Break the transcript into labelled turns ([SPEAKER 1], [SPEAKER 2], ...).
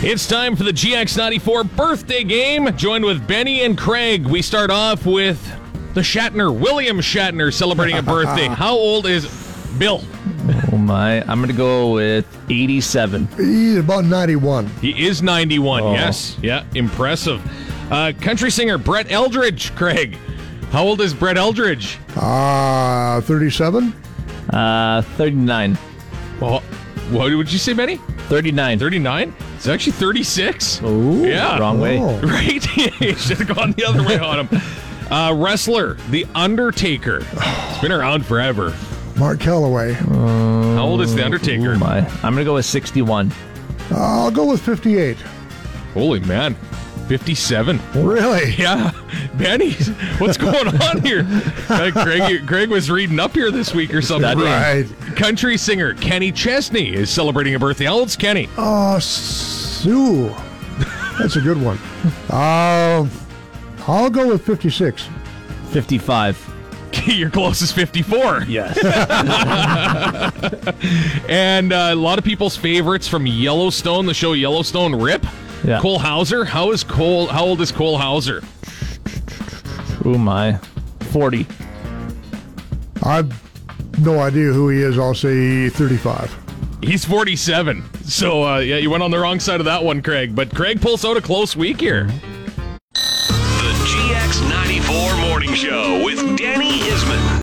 [SPEAKER 1] It's time for the GX94 birthday game, joined with Benny and Craig. We start off with the Shatner, William Shatner, celebrating a birthday. How old is Bill?
[SPEAKER 2] Oh my! I'm gonna go with 87.
[SPEAKER 3] He's about 91.
[SPEAKER 1] He is 91,
[SPEAKER 2] Oh.
[SPEAKER 1] yes. Yeah, impressive. Uh, country singer Brett Eldridge, Craig. How old is Brett Eldridge?
[SPEAKER 3] Ah, 37?
[SPEAKER 2] Uh, 39.
[SPEAKER 1] Well, what would you say, Benny?
[SPEAKER 2] 39.
[SPEAKER 1] 39? It's actually 36.
[SPEAKER 2] Ooh,
[SPEAKER 1] Yeah.
[SPEAKER 2] Wrong way.
[SPEAKER 3] Oh.
[SPEAKER 1] Right? you should have gone the other way on him. Uh, wrestler, The Undertaker. It's been around forever.
[SPEAKER 3] Mark Calloway.
[SPEAKER 1] How old is The Undertaker?
[SPEAKER 2] Oh my! I'm gonna go with 61.
[SPEAKER 3] I'll go with 58.
[SPEAKER 1] Holy man. 57.
[SPEAKER 3] Really?
[SPEAKER 1] Yeah. Benny, what's going on here? Uh, Greg, you- Greg was reading up here this week or something.
[SPEAKER 3] Right.
[SPEAKER 1] Country singer Kenny Chesney is celebrating a birthday. How old's Kenny?
[SPEAKER 3] Oh, Sue. That's a good one. Um, I'll go with 56.
[SPEAKER 2] 55.
[SPEAKER 1] Your closest 54.
[SPEAKER 2] Yes.
[SPEAKER 1] And uh, a lot of people's favorites from Yellowstone, the show Yellowstone Rip.
[SPEAKER 2] Yeah.
[SPEAKER 1] Cole Hauser. How is Cole? How old is Cole Hauser?
[SPEAKER 2] oh my! 40.
[SPEAKER 3] I've no idea who he is. I'll say 35.
[SPEAKER 1] He's 47. So uh, yeah, you went on the wrong side of that one, Craig. But Craig pulls out a close week here.
[SPEAKER 4] The GX94 Morning Show with Danny Isman.